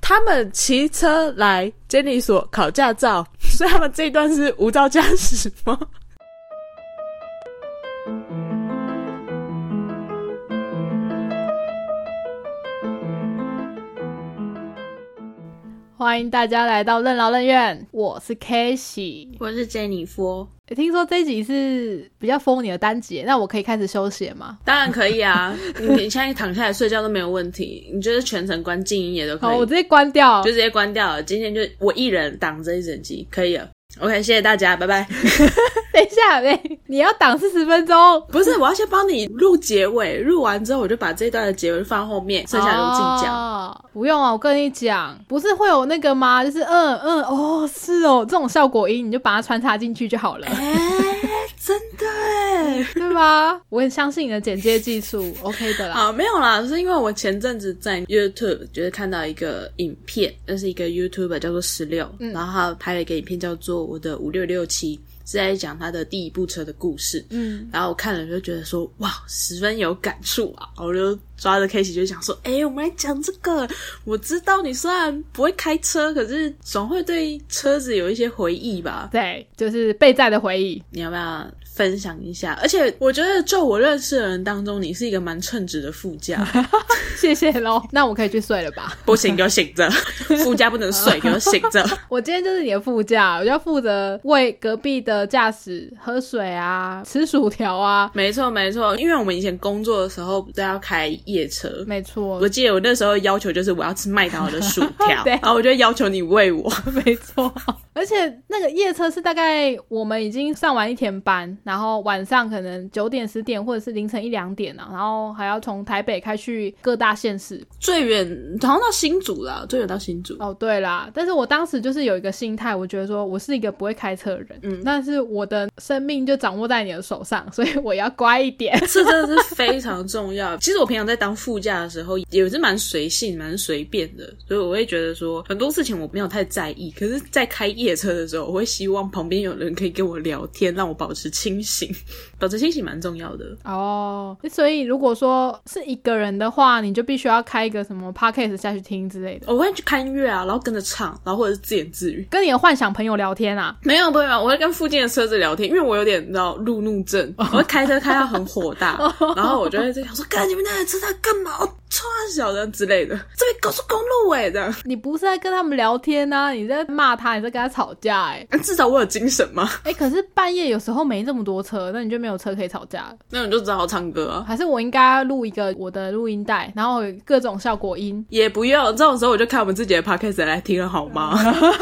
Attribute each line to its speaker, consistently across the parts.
Speaker 1: 他们骑车来监理所考驾照，所以他们这一段是无照驾驶吗？
Speaker 2: 欢迎大家来到任劳任怨，我是 k a s e
Speaker 3: 我是 Jennifer，
Speaker 2: y 听说这一集是比较丰你的单集，那我可以开始休息了吗？
Speaker 3: 当然可以啊，你你现在躺下来睡觉都没有问题，你就是全程关静音也都可
Speaker 2: 好，我
Speaker 3: 以，
Speaker 2: 直接关掉
Speaker 3: 就。直接关掉了。今天就我一人挡着一整集，可以了。OK，谢谢大家，拜拜。
Speaker 2: 等一下，喂，你要挡四十分钟，
Speaker 3: 不是，我要先帮你录结尾，录完之后我就把这一段的结尾放后 面，剩下的我自己讲。
Speaker 2: 哦不用啊，我跟你讲，不是会有那个吗？就是嗯嗯哦，是哦，这种效果音你就把它穿插进去 就好了，
Speaker 3: 哎、真的哎。
Speaker 2: 对吧？我很相信你的剪接技术，OK 的啦。
Speaker 3: 啊，没有啦，是因为我前阵子在 YouTube 就是看到一个影片，那是一个 YouTuber 叫做十六、
Speaker 1: 嗯
Speaker 3: 然后他拍了一个影片叫做《我的五六六七》，是在讲他的第一部车的故事。
Speaker 2: 嗯，
Speaker 3: 然后我看了就觉得说，哇，十分有感触啊！我就抓着 K 喜就想说，哎、我们来讲这个。我知道你虽然不会开车，可是总会对车子有一些回忆吧。
Speaker 2: 对，就是备战的回忆。
Speaker 3: 你要不要分享一下？而且我觉得，就我认识的人当中，你是一个蛮称职的副驾，
Speaker 2: 谢谢喽，那我可以去睡了吧？
Speaker 3: 不行，给我醒着， 副驾不能睡，给我醒着。
Speaker 2: 我今天就是你的副驾，我就要负责为隔壁的驾驶喝水啊、吃薯条啊。
Speaker 3: 没错，没错，因为我们以前工作的时候都要开夜车。
Speaker 2: 没错
Speaker 3: 我，记得我那时候要求就是我要吃麦当劳的薯条，
Speaker 2: 对
Speaker 3: 然后我就要求你喂我。
Speaker 2: 没错。而且那个夜车是大概我们已经上完一天班，然后晚上可能九点、十点，或者是凌晨一两点啊，然后还要从台北开去各大县市。
Speaker 3: 最远好像到新竹啦，最远到新竹。
Speaker 2: 哦，对啦，但是我当时就是有一个心态，我觉得说我是一个不会开车的人，嗯，但是我的生命就掌握在你的手上，所以我要乖一点。
Speaker 3: 这真的是非常重要。其实我平常在当副驾的时候，也是蛮随性、蛮随便的，所以我会觉得说很多事情我没有太在意。可是，在开夜车的时候，我会希望旁边有人可以跟我聊天，让我保持清醒。保持清醒蛮重要的。
Speaker 2: 哦，所以如果说是一个人的话，你就必须要开一个什么 podcast 下去听之类的，
Speaker 3: 我会去看音乐啊，然后跟着唱，然后或者是自言自语。
Speaker 2: 跟你的幻想朋友聊天啊。
Speaker 3: 没有，没有，我会跟附近的车子聊天，因为我有点你知道路怒症，我会开车开到很火大，然后我就会在想说，干你们那台车在干嘛？哦冲啊小人之类的，这边高速公路哎、这样。
Speaker 2: 你不是在跟他们聊天啊，你在骂他，你在跟他吵架、欸，
Speaker 3: 至少我有精神嘛，
Speaker 2: 哎、可是半夜有时候没这么多车，那你就没有车可以吵架了。
Speaker 3: 那你就只好唱歌啊。
Speaker 2: 还是我应该要录一个我的录音带，然后有各种效果音。
Speaker 3: 也不用，这种时候我就看我们自己的 podcast 来听了好吗？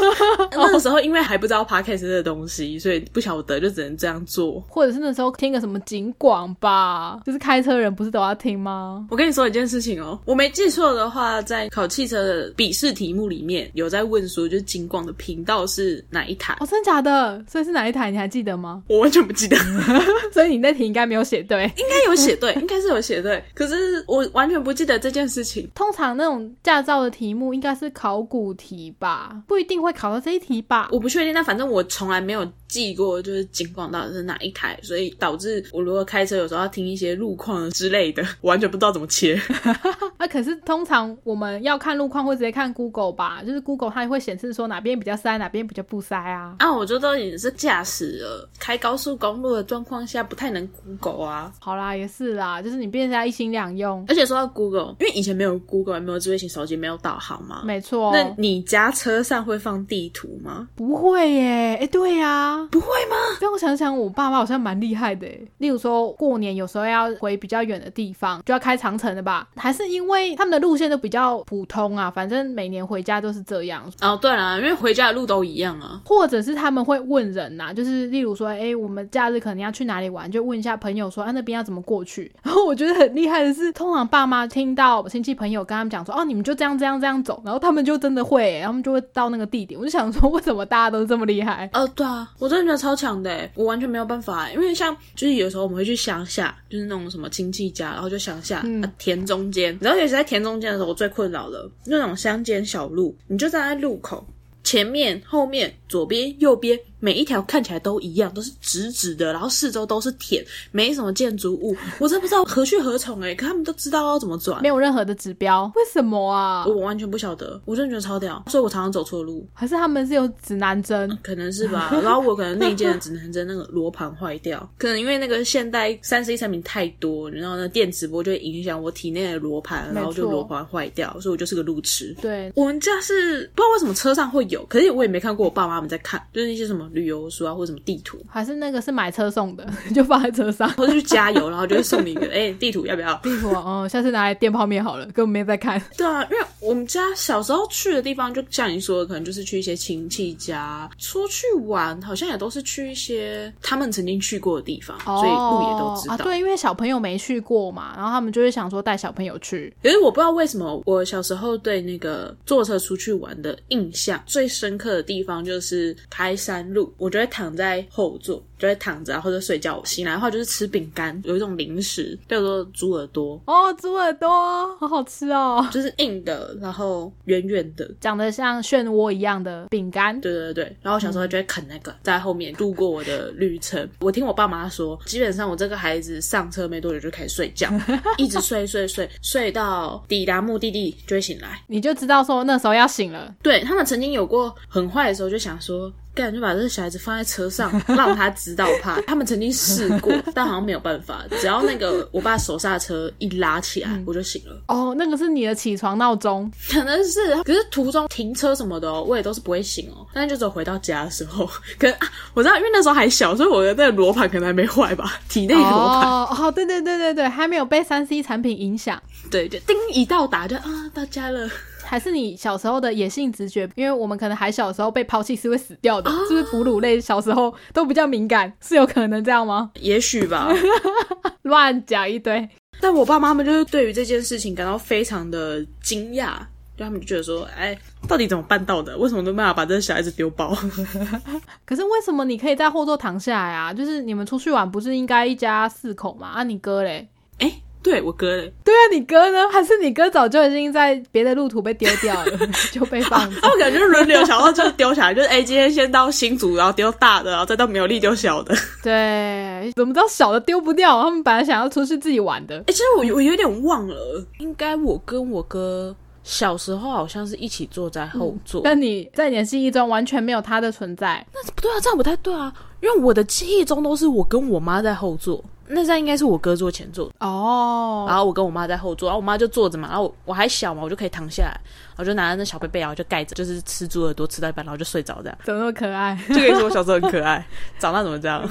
Speaker 3: 那个时候因为还不知道 podcast 这个东西，所以不晓得就只能这样做。
Speaker 2: 或者是那时候听个什么警广吧，就是开车人不是都要听吗？
Speaker 3: 我跟你说一件事情哦，我没记错的话，在考汽车的笔试题目里面有在问说，就是金广的频道是哪一台？
Speaker 2: 哦，真的假的？所以是哪一台？你还记得吗？
Speaker 3: 我完全不记得， 应
Speaker 2: 所以你那题应该没有写对。
Speaker 3: 该有写对，应该是有写对，可是我完全不记得这件事情。
Speaker 2: 通常那种驾照的题目应该是考古题吧，不一定会考到这一题吧。
Speaker 3: 我不确定，但反正我从来没有记过，就是警广到底是哪一台，所以导致我如果开车有时候要听一些路况之类的，我完全不知道怎么切。
Speaker 2: 啊，可是通常我们要看路况会直接看 Google 吧，就是 Google 它会显示说哪边比较塞，哪边比较不塞啊。
Speaker 3: 啊，我就都已经是驾驶了，开高速公路的状况下不太能 Google 啊。
Speaker 2: 好啦，也是啦，就是你变成要一心两用，
Speaker 3: 而且说到 Google，因为以前没有 Google，也没有智慧型手机，没有导航嘛。
Speaker 2: 没错。
Speaker 3: 那你家车上会放地图吗？
Speaker 2: 不会耶？哎、对呀、
Speaker 3: 不会吗？
Speaker 2: 让我想想，我爸妈好像蛮厉害的耶。例如说，过年有时候要回比较远的地方，就要开长城的吧？还是因为他们的路线都比较普通啊，反正每年回家都是这样，
Speaker 3: 哦，对啦，因为回家的路都一样啊。
Speaker 2: 或者是他们会问人呐、就是例如说，哎、我们假日可能要去哪里玩，就问一下朋友说，啊，那边要怎么过去？ 然后我觉得很厉害的是，通常爸妈听到亲戚朋友跟他们讲说，哦，你们就这样这样这样走，然后他们就真的会、然后他们就会到那个地点。我就想说，为什么大家都这么厉害？
Speaker 3: 呃，对啊，我真的觉得超强的欸，我完全没有办法欸，因为像就是有时候我们会去乡下，就是那种什么亲戚家，然后就乡下、啊、田中间，然后尤其在田中间的时候，我最困扰了那种乡间小路，你就站在路口。前面、后面、左边、右边，每一条看起来都一样，都是直直的，然后四周都是田，没什么建筑物，我真不知道何去何从哎、可他们都知道要怎么转
Speaker 2: 没，有任何的指标，为什么啊
Speaker 3: 我？完全不晓得，我真的觉得超屌，所以我常常走错路，
Speaker 2: 还是他们是有指南针？
Speaker 3: 可能是吧。 然后我可能那一件只能针那个罗盘坏掉，可能因为那个现代三 C 产品太多，然后呢电磁波就会影响我体内的罗盘，
Speaker 2: 没错
Speaker 3: 然后就罗盘坏掉，所以我就是个路痴。
Speaker 2: 对，
Speaker 3: 我们家是不知道为什么车上会有，可是我也没看过我爸妈们在看，就是那些什么旅游书啊或者什么地图，
Speaker 2: 还是那个是买车送的， 就放在车上。
Speaker 3: 或者去加油，然后就会送你一个哎、 地图要不要？
Speaker 2: 地图啊，嗯，下次拿来垫泡面好了，根本没在看。
Speaker 3: 对啊，因为我们家小时候去的地方，就像你说的，可能就是去一些亲戚家，出去玩好像也都是去一些他们曾经去过的地方，所以路也都知道。
Speaker 2: 啊，对，因为小朋友没去过嘛，然后他们就会想说带小朋友去。
Speaker 3: 可是我不知道为什么，我小时候对那个坐车出去玩的印象最深刻的地方就是开山路，我就会躺在后座，就会躺着啊或者睡觉。醒来的话就是吃饼干，有一种零食叫做猪耳朵，
Speaker 2: 哦，猪耳朵好好吃哦，
Speaker 3: 就是硬的，然后圆圆的。
Speaker 2: 长得像漩涡一样的饼干。
Speaker 3: 对对对，然后我小时候就会啃那个，在后面度过我的旅程。我听我爸妈说，基本上我这个孩子上车没多久就开始睡觉，一直睡睡睡睡到抵达目的地就会醒来。
Speaker 2: 你就知道说那时候要醒了，
Speaker 3: 对他们曾经有过很坏的时候，就想说，干就把这个小孩子放在车上，让他知道怕。他们曾经试过，但好像没有办法，只要那个我爸手刹车一拉起来，我就醒了。
Speaker 2: 哦，那个是你的起床闹钟，
Speaker 3: 可能是，可是途中停车什么的哦，我也都是不会醒哦。但是就只有回到家的时候， 可能啊，我知道，因为那时候还小，所以我的那个罗盘可能还没坏吧， 体内罗盘。
Speaker 2: 哦哦，对对对对对，还没有被三 C 产品影响，
Speaker 3: 对，就叮一到达就啊到家了。
Speaker 2: 还是你小时候的野性直觉？因为我们可能还小的时候被抛弃是会死掉 的，是不是哺乳类小时候都比较敏感，是有可能这样吗？
Speaker 3: 也许吧，
Speaker 2: 乱讲一堆，
Speaker 3: 但我爸妈们就是对于这件事情感到非常的惊讶，就他们就觉得说，哎，到底怎么办到的？为什么都没办法把这个小孩子丢包？
Speaker 2: 可是为什么你可以在后座躺下来啊？就是你们出去玩不是应该一家四口嘛？啊，你哥嘞？
Speaker 3: 哎，对我哥嘞，
Speaker 2: 对啊，你哥呢？还是你哥早就已经在别的路途被丢掉了， 就被放
Speaker 3: 他们感觉就是轮流，小到就是丢小孩，就是哎，今天先到新竹，然后丢大的，然后再到苗栗丢小的。
Speaker 2: 对，怎么知道小的丢不掉？他们本来想要出去自己玩的。
Speaker 3: 哎、其实我有我有点忘了，应该我跟我哥小时候好像是一起坐在后座，
Speaker 2: 但你在你的记忆中完全没有他的存在，
Speaker 3: 但是不对啊，这样不太对啊，因为我的记忆中都是我跟我妈在后座，那这样应该是我哥坐前座，
Speaker 2: 哦，
Speaker 3: 然后我跟我妈在后座，然后我妈就坐着嘛，然后我我还小嘛，我就可以躺下来，我就拿着那小被被，然后就盖着，就是吃猪耳朵吃到一半，然后就睡着这样。
Speaker 2: 怎么那么可爱？
Speaker 3: 这个也是我小时候很可爱， 长大怎么这样？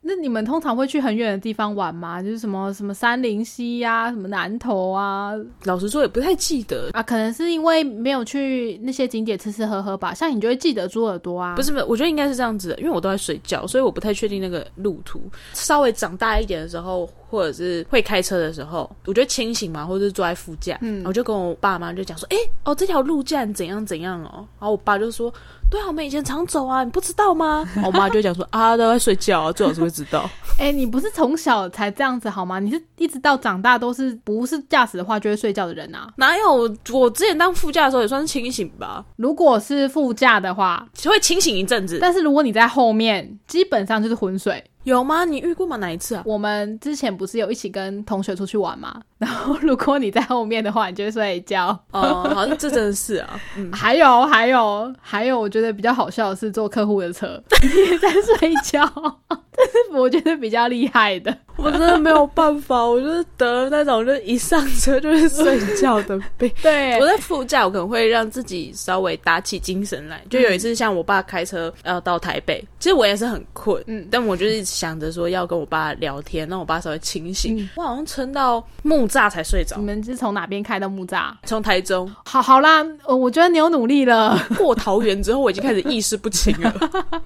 Speaker 2: 那你们通常会去很远的地方玩吗？就是什么什么三林溪呀、什么南投啊
Speaker 3: 老实说也不太记得，
Speaker 2: 啊，可能是因为没有去那些景点吃吃喝喝吧。像你就会记得猪耳朵啊，
Speaker 3: 不是，不是我觉得应该是这样子的，因为我都在睡觉，所以我不太确定那个路途。稍微长大一点的时候，或者是会开车的时候，我觉得清醒嘛，或者是坐在副驾，嗯，我就跟我爸妈就讲说，哎、哦，这条路竟然怎样怎样哦，然后我爸就说。对啊，我们以前常走啊，你不知道吗？然后我妈就讲说啊，都在睡觉啊，最好是会知道。
Speaker 2: 哎、你不是从小才这样子好吗？你是一直到长大都是不是驾驶的话就会睡觉的人啊？
Speaker 3: 哪有？我之前当副驾的时候也算是清醒吧，
Speaker 2: 如果是副驾的话，
Speaker 3: 会清醒一阵子。
Speaker 2: 但是如果你在后面，基本上就是昏睡。
Speaker 3: 有吗？你遇过吗？哪一次啊？
Speaker 2: 我们之前不是有一起跟同学出去玩嘛？ 然后如果你在后面的话，你就会睡觉。
Speaker 3: 哦，好像这真的是啊。嗯，
Speaker 2: 还有还有还有，我觉得比较好笑的是坐客户的车， 你也在睡觉， 这是我觉得比较厉害的。
Speaker 4: 我真的没有办法，我就是得了那种就是一上车就是睡觉的病。
Speaker 2: 对
Speaker 3: 我，在副驾，我可能会让自己稍微打起精神来。就有一次，像我爸开车要到台北，其实我也是很困，
Speaker 2: 嗯
Speaker 3: 但我就是想着说要跟我爸聊天，让我爸稍微清醒。我好像撑到木栅才睡着
Speaker 2: 你，们是从哪边开到木栅？
Speaker 3: 从台中
Speaker 2: 好好啦，呃，我觉得你有努力了，
Speaker 3: 过桃园之后，我已经开始意识不清了。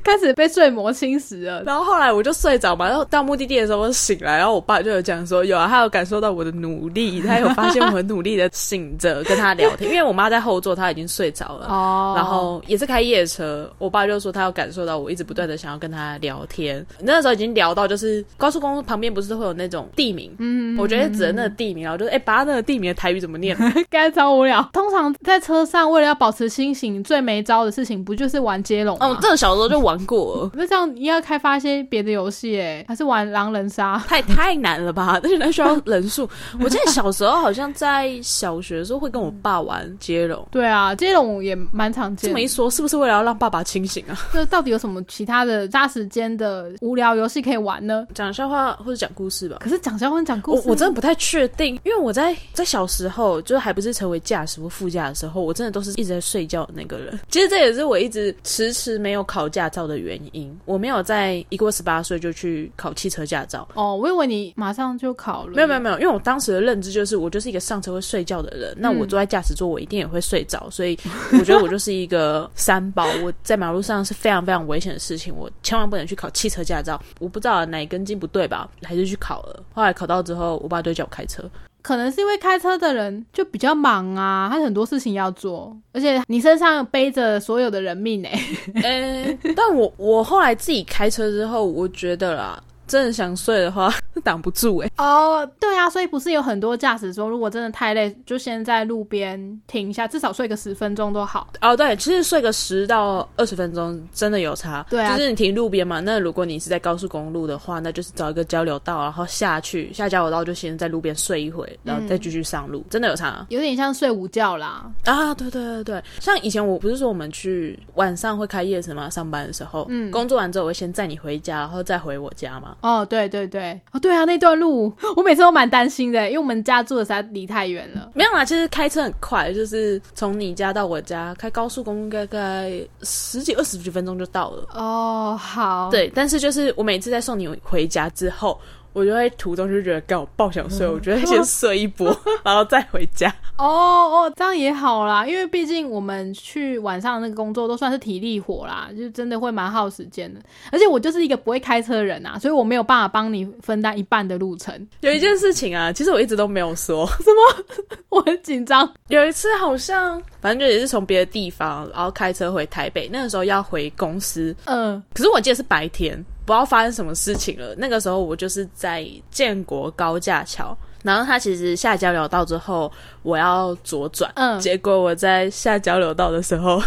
Speaker 2: 开始被睡魔侵蚀了。
Speaker 3: 然后后来我就就睡着嘛。然后到目的地的时候，我醒来，然后我爸就有讲说，有啊，他有感受到我的努力，他有发现我很努力的醒着跟他聊天，因为我妈在后座，她已经睡着了。
Speaker 2: 哦，
Speaker 3: 然后也是开夜车，我爸就说他有感受到我一直不断的想要跟他聊天。那时候已经聊到，就是高速公路旁边不是会有那种地名，嗯，我觉得指的那个地名，然后就是哎、把他那个地名的台语怎么念？
Speaker 2: 该超无聊。通常在车上，为了要保持清醒，最没招的事情不就是玩接龙吗？
Speaker 3: 哦，这个小时候就玩过了。
Speaker 2: 那这样你要开发一些别的游戏诶，还是玩狼人 杀？
Speaker 3: 太太难了吧？而 且那需要人数。我记得小时候好像在小学的时候会跟我爸玩接龙。
Speaker 2: 对啊，接龙也蛮常
Speaker 3: 这
Speaker 2: 见
Speaker 3: 么
Speaker 2: 的
Speaker 3: 一。说，是不是为了要让爸爸清醒啊？
Speaker 2: 这到底有什么其他的杀时间的无聊游戏可以玩呢？
Speaker 3: 讲笑话或者讲故事吧。
Speaker 2: 可是蒋小欢讲故
Speaker 3: 我
Speaker 2: 事，
Speaker 3: 我真的不太确定，因为我在在小时候，就是还不是成为驾驶或副驾的时候，我真的都是一直在睡觉的那个人。 其实这也是我一直迟迟没有考驾照的原因。我没有在一过十八岁就去考汽车驾照，
Speaker 2: 哦，我以为你马上就考了，
Speaker 3: 没有没有没有，因为我当时的认知就是我就是一个上车会睡觉的人，那
Speaker 2: 嗯
Speaker 3: 我坐在驾驶座我一定也会睡着，所以 我觉得我就是一个三宝，我在马路上是非常非常危险的事情，我千万不能去考汽车驾照。我不知道哪一根筋不对吧，还是去考了。后来考到之后，我爸就叫我开车，
Speaker 2: 可能是因为开车的人就比较忙啊，他很多事情要做，而且你身上背着所有的人命哎、
Speaker 3: 嗯，但我我后来自己开车之后，我觉得啦。真的想睡的话， 挡不住哎、
Speaker 2: 哦，对啊，所以不是有很多驾驶说，如果真的太累，就先在路边停一下，至少睡个十分钟都好。
Speaker 3: 哦，对，其实睡个十到二十分钟真的有差。
Speaker 2: 对啊
Speaker 3: 就是你停路边嘛。那如果你是在高速公路的话，那就是找一个交流道，然后下去下交流道就先在路边睡一会，然
Speaker 2: 嗯
Speaker 3: 后再继续上路，真的有差
Speaker 2: 有点像睡午觉啦。
Speaker 3: 啊！对对对对，像以前我不是说我们去晚上会开夜车嘛，上班的时候，嗯，工作完之后我会先载你回家，然后再回我家嘛。
Speaker 2: 哦，对对对，哦对啊，那段路我每次都蛮担心的，欸因为我们家住的实在离太远了。
Speaker 3: 没有啦，其实开车很快，就是从你家到我家，开高速公路大概十几二十几分钟就到了。
Speaker 2: 哦，好，，
Speaker 3: 对，但是就是我每次在送你回家之后，我就会途中就觉得干我爆想睡，我觉得先睡一波，然后再回家。
Speaker 2: 哦哦，这样也好啦，因为毕竟我们去晚上那个工作都算是体力活啦，就真的会蛮耗时间的。而且我就是一个不会开车的人啊，所以我没有办法帮你分担一半的路程，
Speaker 3: 有一件事情啊，其实我一直都没有说。
Speaker 2: 我很紧张。
Speaker 3: 有一次好像，反正就也是从别的地方，然后开车回台北，那个时候要回公司，
Speaker 2: 嗯、
Speaker 3: 可是我记得是白天，不知道发生什么事情了。那个时候我就是在建国高架桥，然后它其实下交流道之后，我要左转，
Speaker 2: 嗯
Speaker 3: 结果我在下交流道的时候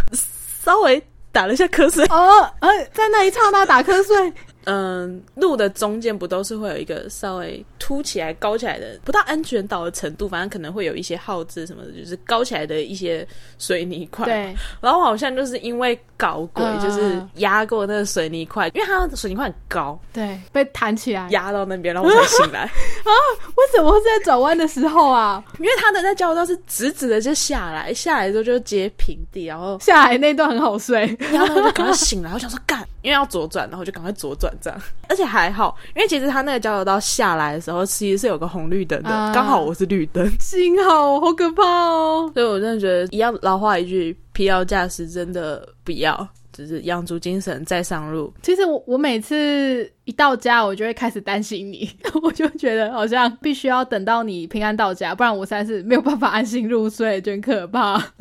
Speaker 3: 稍微打了一下瞌睡。
Speaker 2: 哦，呃，在那一刹那打瞌睡，
Speaker 3: 嗯，路的中间不都是会有一个稍微凸起来、高起来的，不到安全岛的程度，反正可能会有一些耗子什么的，就是高起来的一些水泥块。
Speaker 2: 对，
Speaker 3: 然后我好像就是因为搞鬼，
Speaker 2: 嗯
Speaker 3: 就是压过那个水泥块，因为它的水泥块很高，
Speaker 2: 对，被弹起来。
Speaker 3: 压到那边，然后我才醒来。
Speaker 2: 为什么会是在转弯的时候啊？
Speaker 3: 因为它的在交流道是直直的就下来，下来之后就接平地，然后
Speaker 2: 下来那段很好睡。
Speaker 3: 压到我就赶快醒来。我想说干，因为要左转，然后我就赶快左转这样。 而且还好，因为其实它那个交流道下来的时候，其实是有个红绿灯的，
Speaker 2: 啊
Speaker 3: 刚、好我是绿灯，
Speaker 2: 幸好，好可怕哦！
Speaker 3: 所以我真的觉得一样老话一句，疲劳驾驶真的不要，就是养足精神再上路。
Speaker 2: 其实我我每次一到家，我就会开始担心你， 我就觉得好像必须要等到你平安到家，不然我实在是没有办法安心入睡，就很可怕。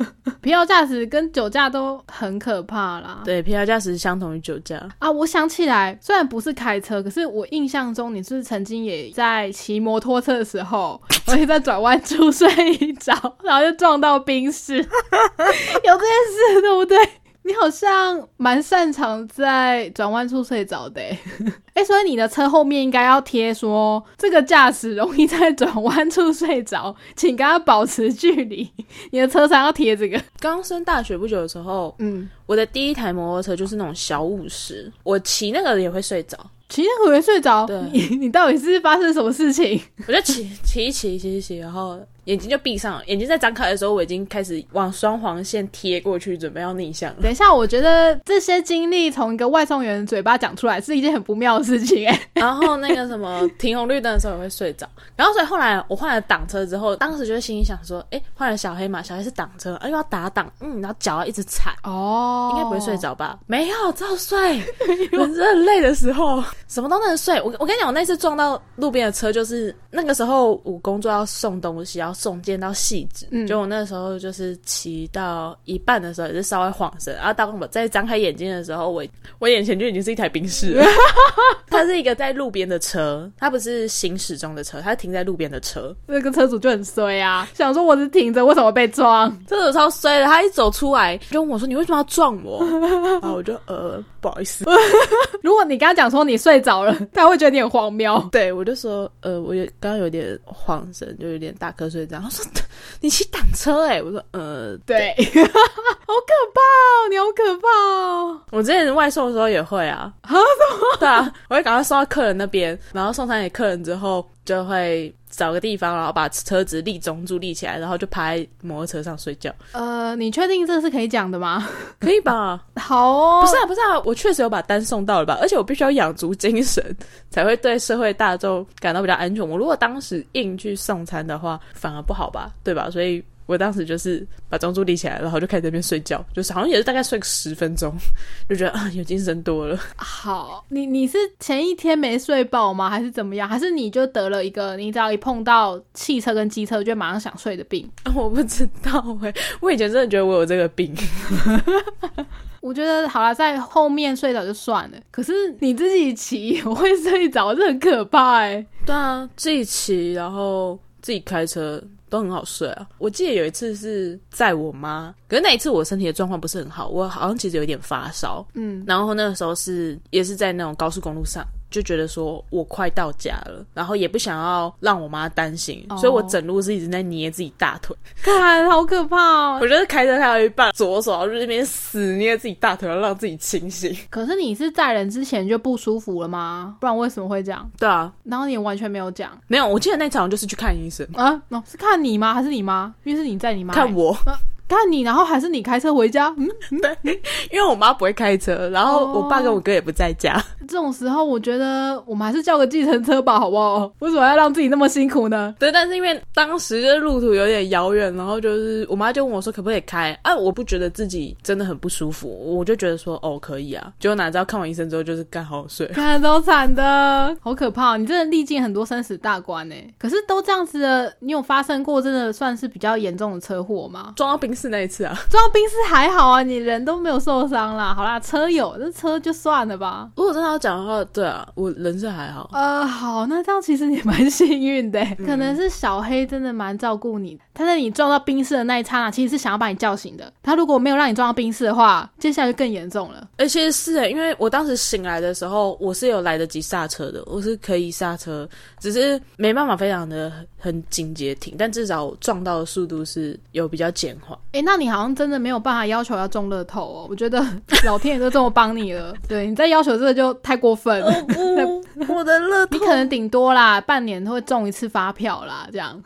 Speaker 2: 疲劳驾驶跟酒驾都很可怕啦。
Speaker 3: 对，疲劳驾驶相同于酒驾。
Speaker 2: 啊，我想起来，虽然不是开车，可是我印象中你是曾经也在骑摩托车的时候，而且在转弯处睡一着，然后就撞到冰室，有 这件事对不对？你好像蛮擅长在转弯处睡着的、欸， 哎、所以你的车后面应该要贴说这个驾驶容易在转弯处睡着，请跟他保持距离。你的车上要贴这个，
Speaker 3: 刚升大学不久的时候，
Speaker 2: 嗯，
Speaker 3: 我的第一台摩托车就是那种小五十，我骑那个也会睡着。
Speaker 2: 骑那个会睡着
Speaker 3: 对，
Speaker 2: 你你到底是发生什么事情？
Speaker 3: 我就骑骑一骑骑一骑，然后眼睛就闭上了，眼睛在张开的时候，我已经开始往双黄线贴过去，准备要逆向了。
Speaker 2: 等一下，我觉得这些经历从一个外送员嘴巴讲出来是一件很不妙的事情、哎，
Speaker 3: 然后那个什 么停红绿灯的时候也会睡着，然后所以后来我换了挡车之后，当时就心里想说，哎，换了小黑嘛，小黑是挡车，哎又要打挡，嗯，然后脚要一直踩，
Speaker 2: 哦，
Speaker 3: 应该不会睡。着吧？哎没有，照 睡。人真的累的时候，什么都能睡。我我跟你讲，我那次撞到路边的车，就是那个时候我工作要送东西，要送件到细致。
Speaker 2: 嗯
Speaker 3: 就我那时候就是骑到一半的时候，也是稍微晃神，然后当我在张开眼睛的时候，我我眼前就已经是一台宾士 了。它是一个在路边的车，它不是行驶中的车，它是停在路边的车。
Speaker 2: 那个车主就很衰啊，想说我是停着，为什么被撞？
Speaker 3: 这个超衰的，他一走出来就问我说：“你为什么要撞我？”然后我就呃不好意思，
Speaker 2: 如果你刚刚讲说你睡着了， 他会觉得你很荒谬。
Speaker 3: 对我就说呃我有刚刚有点晃神，就有点大瞌睡这样。 他说你骑挡车哎、欸，我说呃，
Speaker 2: 对， 好可怕哦，你好可怕哦！
Speaker 3: 我之前外送的时候也会啊， 啊什么？对啊，我会赶快送到客人那边，然后送餐给客人之后就会。找个地方，然后把车子立中柱立起来，然后就趴在摩托车上睡觉，
Speaker 2: 呃，你确定这是可以讲的吗？
Speaker 3: 可以吧？
Speaker 2: 好哦，
Speaker 3: 不是啊，不是啊，我确实有把单送到了吧，而且我必须要养足精神，才会对社会大众感到比较安全。我如果当时硬去送餐的话，反而不好吧，对吧？所以我当时就是把中柱立起来，然后就开始在那边睡觉，就是好像也是大概睡个十分钟，就觉得啊有精神多了。
Speaker 2: 好，你你是前一天没睡饱吗？还是怎么样？还是你就得了一个你只要一碰到汽车跟机车就会马上想睡的病？
Speaker 3: 我不知道哎、我以前真的觉得我有这个病，
Speaker 2: 我觉得好了，在后面睡着就算了，可是你自己骑我会睡着，这很可怕哎、
Speaker 3: 对啊，自己骑然后自己开车都很好睡啊。我记得有一次是载我妈，可是那一次我身体的状况不是很好，我好像其实有一点发烧，
Speaker 2: 嗯，
Speaker 3: 然后那个时候是也是在那种高速公路上，就觉得说我快到家了，然后也不想要让我妈担心，
Speaker 2: 哦
Speaker 3: 所以我整路是一直在捏自己大腿。
Speaker 2: 看好可怕哦。
Speaker 3: 我就是开车开到一半，左手就在那边死捏自己大腿，要让自己清醒。
Speaker 2: 可是你是在人之前就不舒服了吗？不然为什么会这样？
Speaker 3: 对啊，
Speaker 2: 然后你也完全没有讲
Speaker 3: 没有，我记得那场就是去看医生，
Speaker 2: 啊？哦，是看你吗？还是你妈？因为是你在你妈、欸
Speaker 3: 看我，
Speaker 2: 看你，然后还是你开车回家？嗯，
Speaker 3: 因为我妈不会开车，然后我爸跟我哥也不在家。
Speaker 2: 这种时候，我觉得我们还是叫个计程车吧，好不好？为什么要让自己那么辛苦呢？
Speaker 3: 对，但是因为当时就是路途有点遥远，然后就是我妈就问我说可不可以开啊？我不觉得自己真的很不舒服，我就觉得说哦可以啊。结果哪知道看完医生之后就是干好好 睡。
Speaker 2: 看都惨的，好可怕！你真的历尽很多生死大关呢。可是都这样子的，你有发生过真的算是比较严重的车祸吗？
Speaker 3: 撞到冰室那一次啊，
Speaker 2: 撞到冰室还好啊，你人都没有受伤啦。好啦，车有，这车就算了吧。
Speaker 3: 如果真的要讲的话，对啊，我人是还好，
Speaker 2: 呃，好，那这样其实你蛮幸运的，欸 可能是小黑真的蛮照顾你的。他在你撞到冰室的那一刹那，其实是想要把你叫醒的。他如果没有让你撞到冰室的话，接下来就更严重了。
Speaker 3: 而且是欸因为我当时醒来的时候，我是有来得及刹车的，我是可以刹车，只是没办法非常的很紧急地停，但至少我撞到的速度是有比较减缓。
Speaker 2: 哎、那你好像真的没有办法要求要中乐透哦。我觉得 老天爷都这么帮你了，对你再要求这个就太过分了。
Speaker 3: 不，哦 我的乐
Speaker 2: 你可能顶多啦，半年会中一次发票啦，这样，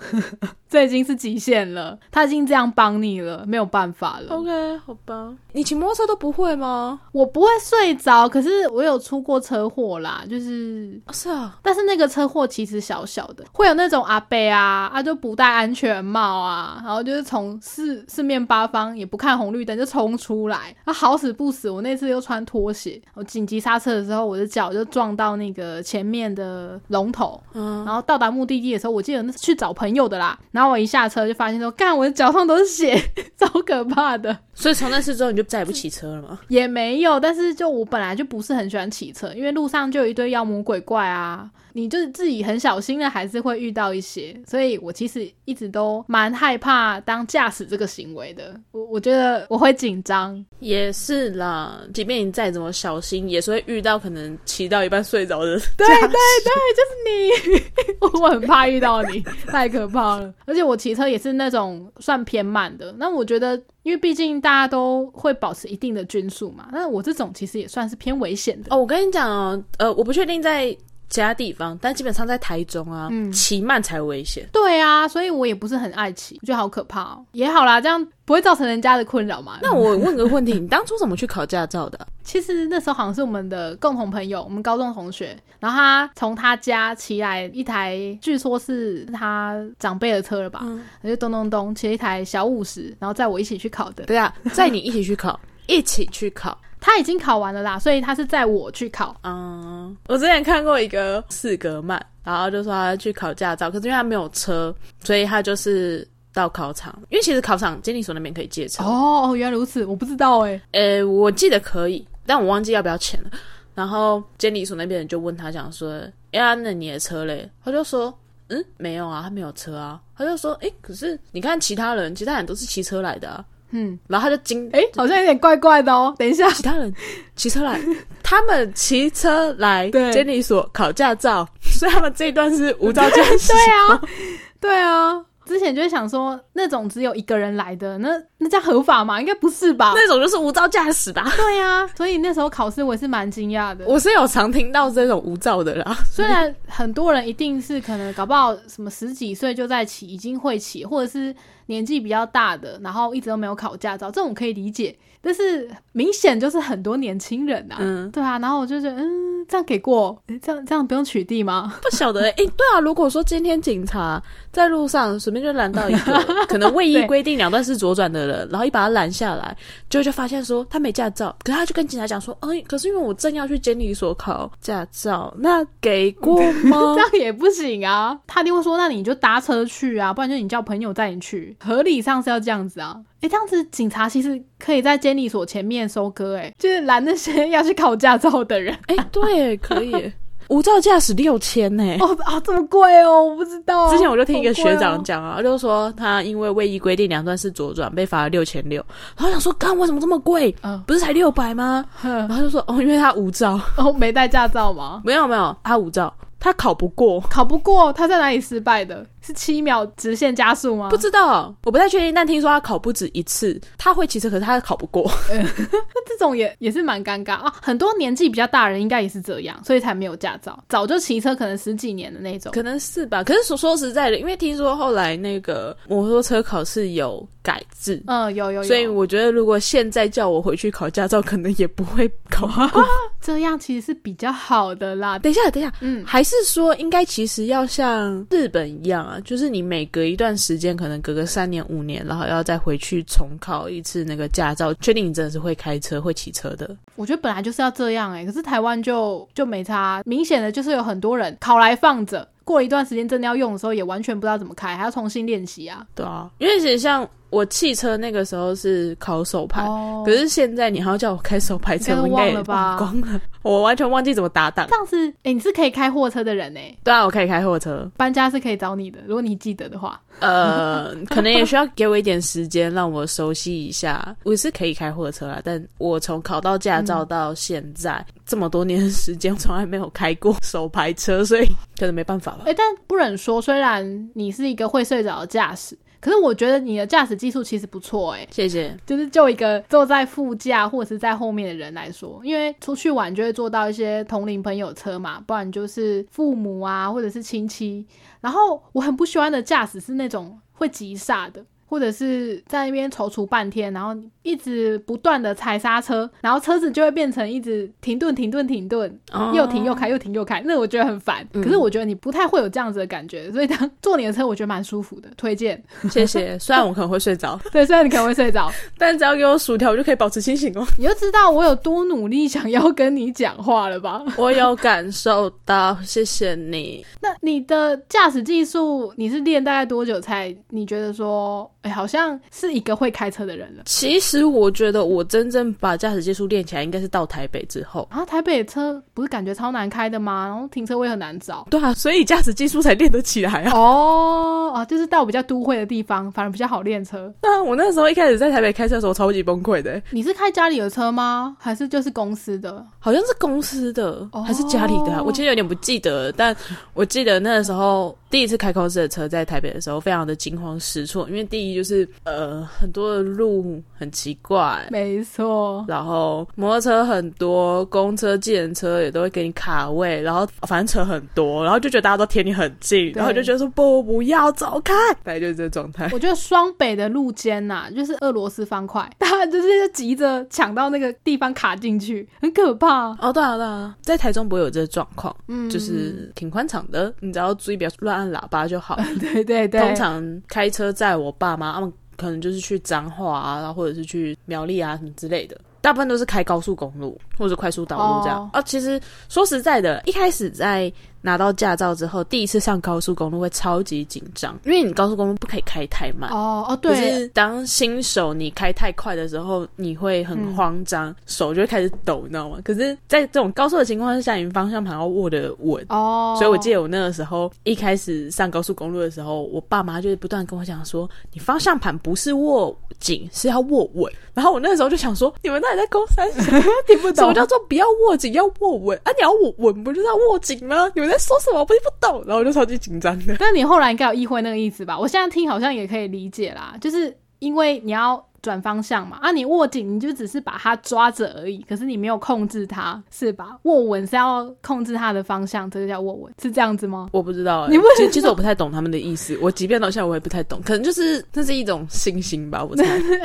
Speaker 2: 这已经是极限了。他已经这样帮你了，没有办法了。
Speaker 3: OK，好吧，你骑摩托车都不会吗？
Speaker 2: 我不会睡着，可是我有出过车祸啦，就是，
Speaker 3: 哦、是啊，
Speaker 2: 但是那个车祸其实小小的，会有那种阿伯啊，啊就不戴安全帽啊，然后就是从四四面八方也不看红绿灯就冲出来，啊好死不死，我那次又穿拖鞋，我紧急刹车的时候，我的脚就撞到那个前面的龙头，
Speaker 3: 嗯，
Speaker 2: 然后到达目的地的时候，我记得那是去找朋友的啦，然后我一下车就发现说，干我的脚上都是血， 超可怕的。
Speaker 3: 所以从那次之后你就再也不骑车了吗？
Speaker 2: 也没有，但是就我本来就不是很喜欢骑车，因为路上就有一堆妖魔鬼怪啊，你就是自己很小心的，还是会遇到一些，所以我其实一直都蛮害怕当驾驶这个行为的。我我觉得我会紧张，
Speaker 3: 也是啦，即便你再怎么小心，也是会遇到可能骑到一半睡着 的。
Speaker 2: 对对对，就是你， 我很怕遇到你，太可怕了。而且我骑车也是那种算偏慢的，那我觉得。因为毕竟大家都会保持一定的均速嘛，那我这种其实也算是偏危险的。
Speaker 3: 哦，我跟你讲哦，呃，我不确定在其他地方，但基本上在台中啊，骑慢才危险。
Speaker 2: 对啊，所以我也不是很爱骑，我觉得好可怕哦。也好啦，这样不会造成人家的困扰嘛。
Speaker 3: 那我问个问题，你当初怎么去考驾照的 啊？
Speaker 2: 其实那时候好像是我们的共同朋友，我们高中同学，然后他从他家骑来一台，据说是他长辈的车了吧，他就咚咚咚骑了一台小五十，然后载我一起去考的。
Speaker 3: 对啊，载你一起去考， 一起去考。
Speaker 2: 他已经考完了啦，所以他是载我去考。
Speaker 3: 嗯，我之前看过一个四格曼，然后就说他去考驾照，可是因为他没有车，所以他就是到考场，因为其实考场监理所那边可以借车。
Speaker 2: 哦，原来如此，我不知道哎、
Speaker 3: 呃，我记得可以，但我忘记要不要钱了。然后监理所那边人就问他，讲说：“哎、呀，那你的车嘞？”他就说：“嗯，没有啊，他没有车啊。”他就说：“哎、可是你看其他人，其他人都是骑车来的啊。”嗯，然后他就惊，
Speaker 2: 哎、好像有点怪怪的哦。等一下，
Speaker 3: 其他人骑车 来，他们骑车来
Speaker 2: 对
Speaker 3: 监理所考驾照， 所以他们这一段是无 照驾驶。
Speaker 2: 对啊， 对啊。之前就会想说，那种只有一个人来的，那那这样合法吗？应该不是吧？
Speaker 3: 那种就是无照驾驶吧。
Speaker 2: 对呀、 所以那时候考试我也是蛮惊讶的。
Speaker 3: 我是有常听到这种无照的啦。
Speaker 2: 虽然很多人一定是可能搞不好什么十几岁就在骑，已经会骑，或者是年纪比较大的，然后一直都没有考驾照，这种可以理解。但是明显就是很多年轻人啊，
Speaker 3: 嗯
Speaker 2: 对啊，然后我就觉得，嗯，这样给过，诶这样这样不用取缔吗？
Speaker 3: 不晓得哎、欸对啊，如果说今天警察在路上随便就拦到一 个可能未依
Speaker 2: 对
Speaker 3: 规定两段式左转的人，然后一把他拦下来，就就发现说他没驾照，可是他就跟警察讲说，哎、可是因为我正要去监理所考驾照，那给过 吗
Speaker 2: 这？样也不行啊。他一定会说，那你就搭车去啊，不然就你叫朋友带你去，合理上是要这样子啊。诶，这样子警察其实可以在监理所前面收割、诶， 就是拦那些要去考驾照的人。
Speaker 3: 哎、对，可以欸，无照驾驶六千呢。
Speaker 2: 哦啊，这么贵哦，我不知道。
Speaker 3: 之前我就听一个学长
Speaker 2: 好贵
Speaker 3: 讲啊，就说他因为未依规定两段式左转被罚了六千六，然后想说，干为什么这么贵？
Speaker 2: 嗯
Speaker 3: 不是才六百吗？
Speaker 2: 哦，
Speaker 3: 然后就说哦，因为他无照。
Speaker 2: 哼 哦，没带驾照吗？
Speaker 3: 没有没有，他无照，他考不过，
Speaker 2: 考不过，他在哪里失败的？是七秒直线加速吗？
Speaker 3: 不知道，我不太确定，但听说他考不止一次，他会骑车，可是他考不过。
Speaker 2: 那这种也也是蛮尴尬啊。很多年纪比较大的人应该也是这样，所以才没有驾照，早就骑车可能十几年的那种。
Speaker 3: 可能是吧。可是说说实在的，因为听说后来那个摩托车考试有改制。
Speaker 2: 嗯，有有有，
Speaker 3: 所以我觉得，如果现在叫我回去考驾照，可能也不会考啊 过。
Speaker 2: 这样其实是比较好的啦。
Speaker 3: 哦等一下，等一下，
Speaker 2: 嗯，
Speaker 3: 还是说应该其实要像日本一样啊，就是你每隔一段时间，可能隔个三年五年，然后要再回去重考一次那个驾照，确定你真的是会开车、会骑车的。
Speaker 2: 我觉得本来就是要这样哎、可是台湾就就没差，明显的就是有很多人考来放着，过了一段时间真的要用的时候，也完全不知道怎么开，还要重新练习啊。
Speaker 3: 对啊，因为其实像我汽车那个时候是考手牌，
Speaker 2: 哦
Speaker 3: 可是现在你还要叫我开手牌车，
Speaker 2: 应该都
Speaker 3: 我应该也
Speaker 2: 忘了吧
Speaker 3: 忘光了，我完全忘记怎么打档。
Speaker 2: 上次哎、诶你是可以开货车的人哎、
Speaker 3: 对啊，我可以开货车，
Speaker 2: 搬家是可以找你的，如果你记得的话。
Speaker 3: 呃，可能也需要给我一点时间让我熟悉一下。我是可以开货车啦，但我从考到驾照到现在、这么多年的时间，从来没有开过手牌车，所以可能没办法吧
Speaker 2: 哎、。但不忍说，虽然你是一个会睡着的驾驶，可是我觉得你的驾驶技术其实不错哎、
Speaker 3: 谢谢。
Speaker 2: 就是就一个坐在副驾或者是在后面的人来说，因为出去玩就会坐到一些同龄朋友车嘛，不然就是父母啊或者是亲戚。然后我很不喜欢的驾驶是那种会急刹的。或者是在那边踌躇半天，然后一直不断的踩刹车，然后车子就会变成一直停顿、停顿、停顿，
Speaker 3: 哦
Speaker 2: 又停又开，又停又开，那我觉得很烦。可是我觉得你不太会有这样子的感觉，所以当坐你的车，我觉得蛮舒服的，推荐。
Speaker 3: 谢谢，虽然我可能会睡 着，
Speaker 2: 对，虽然你可能会睡着，
Speaker 3: 但只要给我薯条，我就可以保持清醒哦。
Speaker 2: 你就知道我有多努力想要跟你讲话了吧？
Speaker 3: 我有感受到，谢谢你。
Speaker 2: 那你的驾驶技术你是练大概多久才你觉得说，哎、好像是一个会开车的人了？
Speaker 3: 其实我觉得我真正把驾驶技术练起来，应该是到台北之后。
Speaker 2: 然后啊台北的车不是感觉超难开的吗？然后停车位很难找。
Speaker 3: 对啊，所以驾驶技术才练得起来啊。
Speaker 2: 哦，啊，就是到比较都会的地方，反而比较好练车。
Speaker 3: 那我那时候一开始在台北开车的时候，超级崩溃的欸、
Speaker 2: 你是开家里的车吗？还是就是公司的？
Speaker 3: 好像是公司的、还是家里的、啊，
Speaker 2: 哦
Speaker 3: 我其实有点不记得了，但我记得那时候第一次开 cos 的车在台北的时候，非常的惊慌失措，因为第一就是呃很多的路很奇怪，
Speaker 2: 没错，
Speaker 3: 然后摩托车很多，公车、计程车也都会给你卡位，然后反正车很多，然后就觉得大家都贴你很近，然后就觉得说不不要走开，大概就是这状态。
Speaker 2: 我觉得双北的路肩呐、就是俄罗斯方块， 大家就是急着抢到那个地方卡进去，很可怕。
Speaker 3: 哦，对啊，对啊，在台中不会有这状况，
Speaker 2: 嗯，
Speaker 3: 就是挺宽敞的，你只要注意不要乱按喇叭就好。
Speaker 2: 对对对，
Speaker 3: 通常开车载我爸妈，他们可能就是去彰化啊，然后或者是去苗栗啊什么之类的。大部分都是开高速公路或者快速道路这样。
Speaker 2: 哦
Speaker 3: 啊，其实说实在的，一开始在拿到驾照之后，第一次上高速公路会超级紧张，因为你高速公路不可以开太慢。
Speaker 2: 哦哦
Speaker 3: 可
Speaker 2: 对，
Speaker 3: 是当新手你开太快的时候，你会很慌
Speaker 2: 嗯
Speaker 3: 张，手就会开始抖，你知道吗？可是，在这种高速的情况下，你方向盘要握得稳，
Speaker 2: 哦，
Speaker 3: 所以我记
Speaker 2: 得
Speaker 3: 得我那个时候一开始上高速公路的时候，我爸妈就是不断跟我讲说，你方向盘不是握紧，是要握稳。然后我那时候就想说，你们到底在攻三小？
Speaker 2: 听不
Speaker 3: 什么
Speaker 2: 懂，
Speaker 3: 叫做不要握紧，要握稳啊？你要握稳不就是要握紧吗？你们在说什么？我不是不懂。然后我就超级紧张的。
Speaker 2: 但你后来应该有意会那个意思吧？我现在听好像也可以理解啦，就是因为你要转方向嘛，啊，你握紧你就只是把它抓着而已，可是你没有控制它，是吧？握稳是要控制它的方向，这个叫握稳，是这样子吗？
Speaker 3: 我不知道、欸，
Speaker 2: 你不
Speaker 3: 其实其实我不太懂他们的意思。我即便到现在我也不太懂，可能就是这是一种信心吧，我 猜。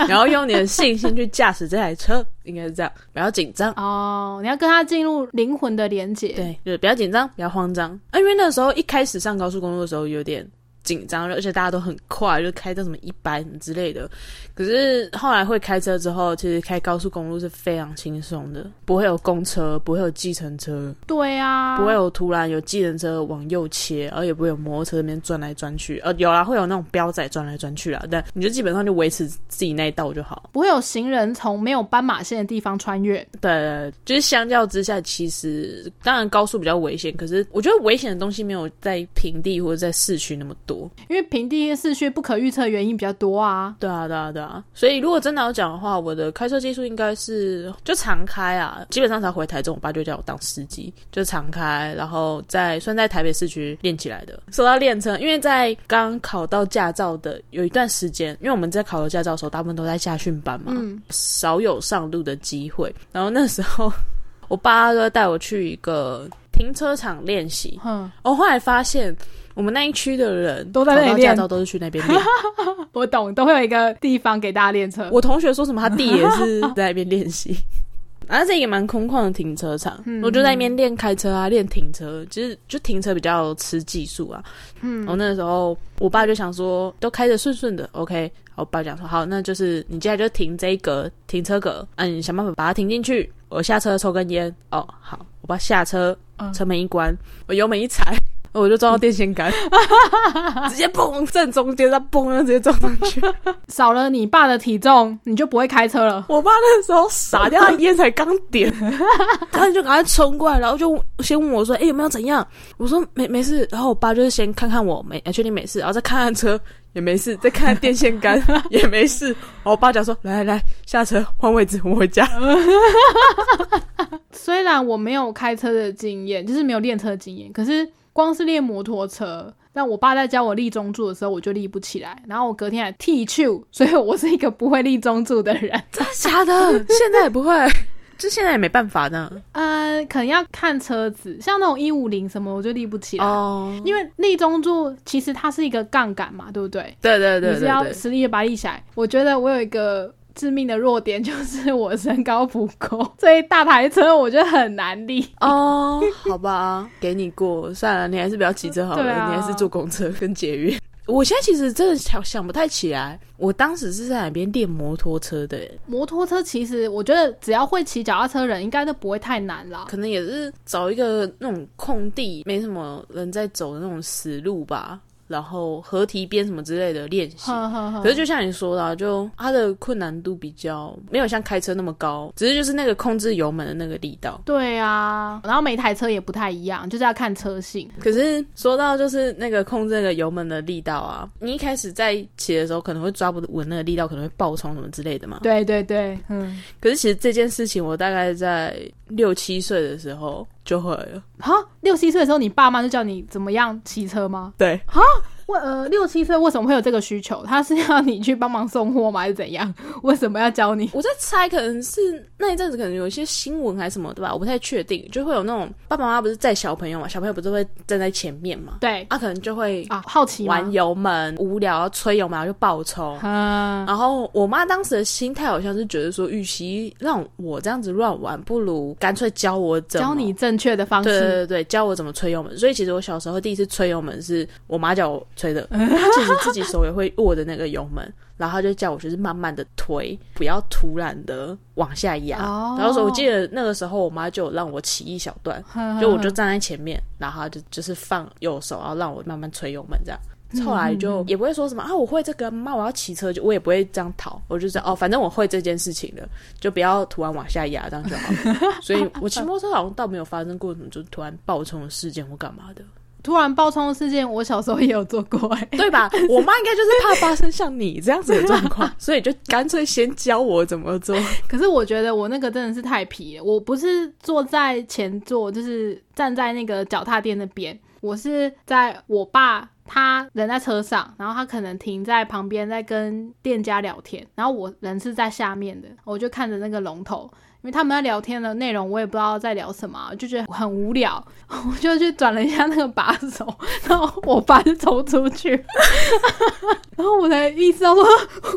Speaker 3: 然后用你的信心去驾驶这台车，应该是这样，不要紧张。
Speaker 2: 哦，你要跟它进入灵魂的连接，，
Speaker 3: 对，就是不要紧张，不要慌张。啊，因为那时候一开始上高速公路的时候有点紧张，而且大家都很快，就开到什么一百什么之类的。可是后来会开车之后，其实开高速公路是非常轻松的，不会有公车，不会有计程车，
Speaker 2: 对啊，
Speaker 3: 不会有突然有计程车往右切，而也不会有摩托车那边转来转去。呃，有啦，会有那种标仔转来转去啦，但你就基本上就维持自己那一道就好。
Speaker 2: 不会有行人从没有斑马线的地方穿越，
Speaker 3: 对，就是相较之下，其实当然高速比较危险，可是我觉得危险的东西没有在平地或者在市区那么多。
Speaker 2: 因为平地市区不可预测原因比较多啊。
Speaker 3: 对啊，对啊，对啊。所以如果真的要讲的话，我的开车技术应该是就常开啊，基本上才回台中，我爸就叫我当司机，就常开，然后在算在台北市区练起来的。说到练车，因为在刚考到驾照的有一段时间，因为我们在考到驾照的时候，大部分都在驾训班嘛，
Speaker 2: 嗯，
Speaker 3: 少有上路的机会。然后那时候， 我爸就带我去一个停车场练习。
Speaker 2: 哼，
Speaker 3: 我、后来发现，我们那一区的人
Speaker 2: 都在那里
Speaker 3: 考到
Speaker 2: 练
Speaker 3: 驾照都是去那边练。
Speaker 2: 我懂，都会有一个地方给大家练 车。
Speaker 3: 我同学说什么，他弟也是在那边练习。然后这也蛮空旷的停车场，我就在那边练开车啊，练停车，其实就停车比较吃技术啊。嗯，我那时候我爸就想说，都开着顺顺的，OK。我爸讲说，好，那就是你接下来就停这一格停车格，嗯、你想办法把它停进去。我下车抽根烟，哦，好，我爸下车，车门一关，我油门一踩，我就撞到电线杆，直接嘣正中间，他嘣就直接撞上去。
Speaker 2: 少了你爸的体重，你就不会开车了。
Speaker 3: 我爸那时候傻掉，他烟才刚 点，他就赶快冲过来，然后就先问我说：“哎、有没有怎样？”我说：“没没事。”然后我爸就是先看看我没，确定没事，然后再看看车也没事，再看看电线 杆也没事。然后我爸讲说：“来来来，下车换位置，我回 家。
Speaker 2: 虽然我没有开车的经验，就是没有练车的经验，可是光是练摩托车，那我爸在教我立中柱的时候，我就立不起来，然后我隔天还踢球，所以我是一个不会立中柱的人。”
Speaker 3: 真的假的？现在也不会， 就现在也没办法呢。
Speaker 2: 呃，可能要看车子，像那种一五零什么，我就立不起来。
Speaker 3: 哦，
Speaker 2: 因为立中柱其实它是一个杠杆嘛，对不对？
Speaker 3: 对对对
Speaker 2: 你是
Speaker 3: 对
Speaker 2: 要
Speaker 3: 对，
Speaker 2: 实力的把它立起来。我觉得我有一个致命的弱点，就是我身高不够，所以大台车我觉得很难立。
Speaker 3: 哦， 好吧，给你过，算了，你还是不要骑车好
Speaker 2: 对
Speaker 3: 了，
Speaker 2: 啊
Speaker 3: 你还是坐公车跟捷运。 我现在其实真的想想不太起来，我当时是在哪边练摩托车的耶，
Speaker 2: 摩托车其实我觉得只要会骑脚踏车的人，应该都不会太难啦。
Speaker 3: 可能也是找一个那种空地，没什么人在走的那种死路吧，然后河堤边什么之类的练习。
Speaker 2: 呵呵呵
Speaker 3: 可是就像你说的啊、就它的困难度比较没有像开车那么高，只是就是那个控制油门的那个力道。
Speaker 2: 对啊，然后每台车也不太一样，就是要看车型。
Speaker 3: 可是说到就是那个控制那个油门的力道啊，你一开始在骑的时候可能会抓不稳那个力道，可能会爆冲什么之类的嘛。
Speaker 2: 对对对，嗯，
Speaker 3: 可是其实这件事情我大概在六七岁的时候就会了。
Speaker 2: 哈，六七岁的时候，你爸妈就叫你怎么样骑车吗？
Speaker 3: 对，
Speaker 2: 为呃，六七岁为什么会有这个需求？他是要你去帮忙送货吗，还是怎样？为什么要教你？
Speaker 3: 我在猜，可能是那一阵子可能有一些新闻还是什么，对吧？我不太确定，就会有那种爸爸妈妈不是载小朋友嘛，小朋友不是会站在前面嘛，
Speaker 2: 对
Speaker 3: 啊，可能就会
Speaker 2: 啊，好奇吗
Speaker 3: 玩油门，无聊吹油门然后就爆冲。
Speaker 2: 啊，
Speaker 3: 然后我妈当时的心态好像是觉得说，与其让我这样子乱玩，不如干脆教我怎么
Speaker 2: 教你正确的方
Speaker 3: 对对
Speaker 2: 式。
Speaker 3: 对对，教我怎么吹油门。所以其实我小时候第一次吹油门是我妈叫我吹 的，她其实自己手也会握着那个油门，然后她就叫我就是慢慢的推，不要突然的往下压。
Speaker 2: 哦
Speaker 3: 然后说，我记得那个时候我妈就有让我骑一小段，
Speaker 2: 哼
Speaker 3: 就我就站在前面，然后她就就是放右手，然后让我慢慢吹油门这样。后来就也不会说什么啊，我会这个，妈我要骑车，就我也不会这样逃，我就知道哦，反正我会这件事情的，就不要突然往下压，这样就好了。所以我骑摩托车好像倒没有发生过什么，就突然爆冲的事件或干嘛的，
Speaker 2: 突然爆冲的事件，我小时候也有做过、哎，
Speaker 3: 对吧？我妈应该就是怕发生像你这样子的状况，所以就干脆先教我怎么做。
Speaker 2: 可是我觉得我那个真的是太皮了，我不是坐在前座，就是站在那个脚踏垫那边，我是在我爸他人在车上，然后他可能停在旁边在跟店家聊天，然后我人是在下面的，我就看着那个龙头。因为他们在聊天的内容，我也不知道在聊什么啊，就觉得很无聊， 我就去转了一下那个把手，然后我爸就冲出去， 然后我才意识到说，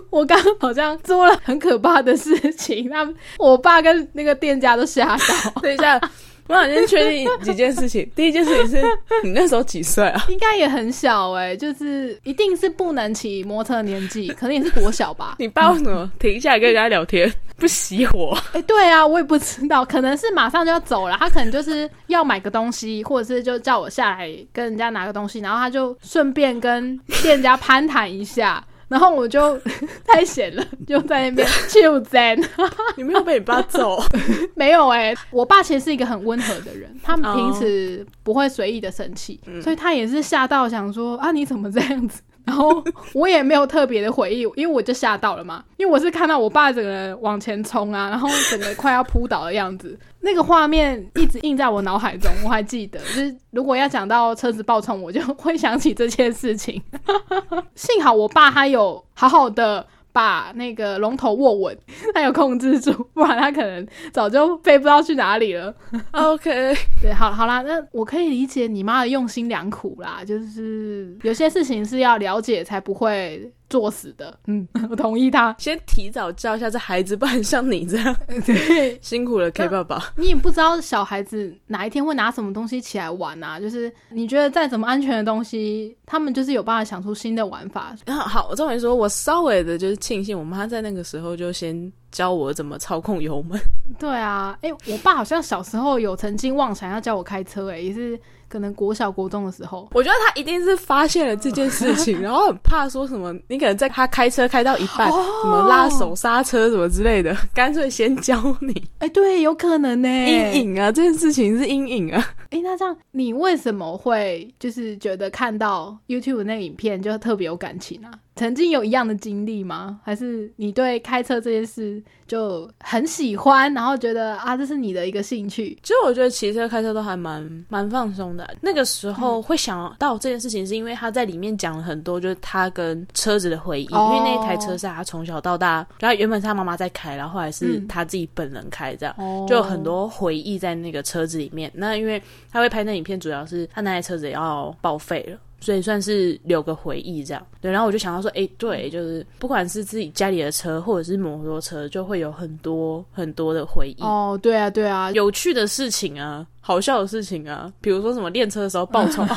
Speaker 2: 我刚刚好像做了很可怕的事情，那我爸跟那个店家都吓到，
Speaker 3: 等一下，我想先确定几件事情。第一件事情是你那时候几岁啊？。
Speaker 2: 应该也很小哎、就是一定是不能骑摩托车的年纪，可能也是国小吧
Speaker 3: 你爸为什么停下来跟人家聊天？ 不熄火？
Speaker 2: 哎、对啊，我也不知道，可能是马上就要走了，他可能就是要买个东西，或者是就叫我下来跟人家拿个东西，然后他就顺便跟店家攀谈一下。然后我就 太闲了，就在那边 就在
Speaker 3: 你没有被你爸揍？
Speaker 2: 没有哎、我爸其实是一个很温和的人，他们平时不会随意的生气，所以他也是吓到想说啊你怎么这样子？ 然后我也没有特别的回应，因为我就吓到了嘛，因为我是看到我爸整个人往前冲啊，然后整个快要扑倒的样子， 那个画面一直印在我脑海中，我还记得。就是如果要讲到车子爆冲，我就会想起这件事情。 幸好我爸他有好好的把那个龙头握稳， 他有控制住，不然他可能早就飞不知道去哪里了。
Speaker 3: OK，
Speaker 2: 对，好好啦，那我可以理解你妈的用心良苦啦，就是有些事情是要了解才不会作死的。嗯， 我同意他。
Speaker 3: 先提早教一下这孩子，不然像你这样
Speaker 2: 对
Speaker 3: 辛苦了 K 爸爸。
Speaker 2: 你也不知道小孩子哪一天会拿什么东西起来玩啊，就是你觉得再怎么安全的东西，他们就是有办法想出新的玩法。
Speaker 3: 然后好，我终于说，我稍微的就是庆幸我妈在那个时候就先教我怎么操控油门。
Speaker 2: 对啊，哎、我爸好像小时候有曾经妄想要教我开车、诶，也是可能国小国中的时候。
Speaker 3: 我觉得他一定是发现了这件事 情，然后很怕说什么，你可能在他开车开到一半，什么拉手刹车什么之类的，干脆先教你
Speaker 2: 哎、对，有可能呢、
Speaker 3: 阴影啊，这件事情是阴影啊。
Speaker 2: 哎、那这样你为什么会就是觉得看到 YouTube 那个影片就特别有感情啊？曾经有一样的经历吗？还是你对开车这件事就很喜欢，然后觉得啊，这是你的一个兴趣？
Speaker 3: 其实我觉得骑车、开车都还蛮蛮放松的。那个时
Speaker 2: 嗯
Speaker 3: 候会想到这件事情，是因为他在里面讲了很多，就是他跟车子的回忆。
Speaker 2: 哦
Speaker 3: 因为那一台车是他从小到大，然后原本是他妈妈在开，然后后来是他自己本人开，这样、
Speaker 2: 嗯哦
Speaker 3: 就有很多回忆在那个车子里面。那因为他会拍那影片，主要是他那台车子也要报废了。所以算是留个回忆这样，对。然后我就想到说，诶，对，就是不管是自己家里的车或者是摩托车，就会有很多很多的回忆。
Speaker 2: 哦，对啊，对啊，
Speaker 3: 有趣的事情啊，好笑的事情啊，比如说什么练车的时候爆冲，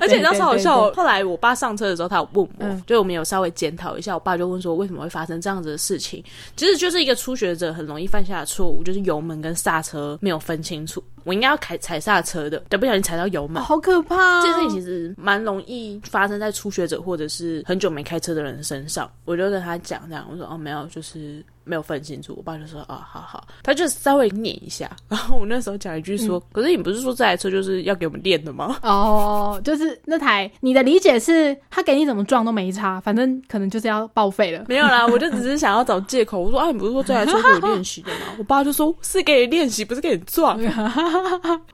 Speaker 3: 而且你知道超好笑哦。后来我爸上车的时候，他有问我，
Speaker 2: 嗯
Speaker 3: 就我们有稍微检讨一下，我爸就问说为什么会发生这样子的事情。其实就是一个初学者很容易犯下的错误，就是油门跟刹车没有分清楚。我应该要踩踩刹车的，但不小心踩到油门。
Speaker 2: 哦好可怕、哦！
Speaker 3: 这件事情其实蛮容易发生在初学者或者是很久没开车的人身上。我就跟他讲这样，我说哦没有，就是没有分清楚。我爸就说啊，好好，他就稍微念一下。 然后我那时候讲一句说，可是你不是说这台车就是要给我们练的吗？
Speaker 2: 哦，就是那台，你的理解是他给你怎么撞都没差，反正可能就是要报废了。
Speaker 3: 没有啦，我就只是想要找借口。我说啊，你不是说这台车给我练习的吗？我爸就说是给你练习，不是给你撞。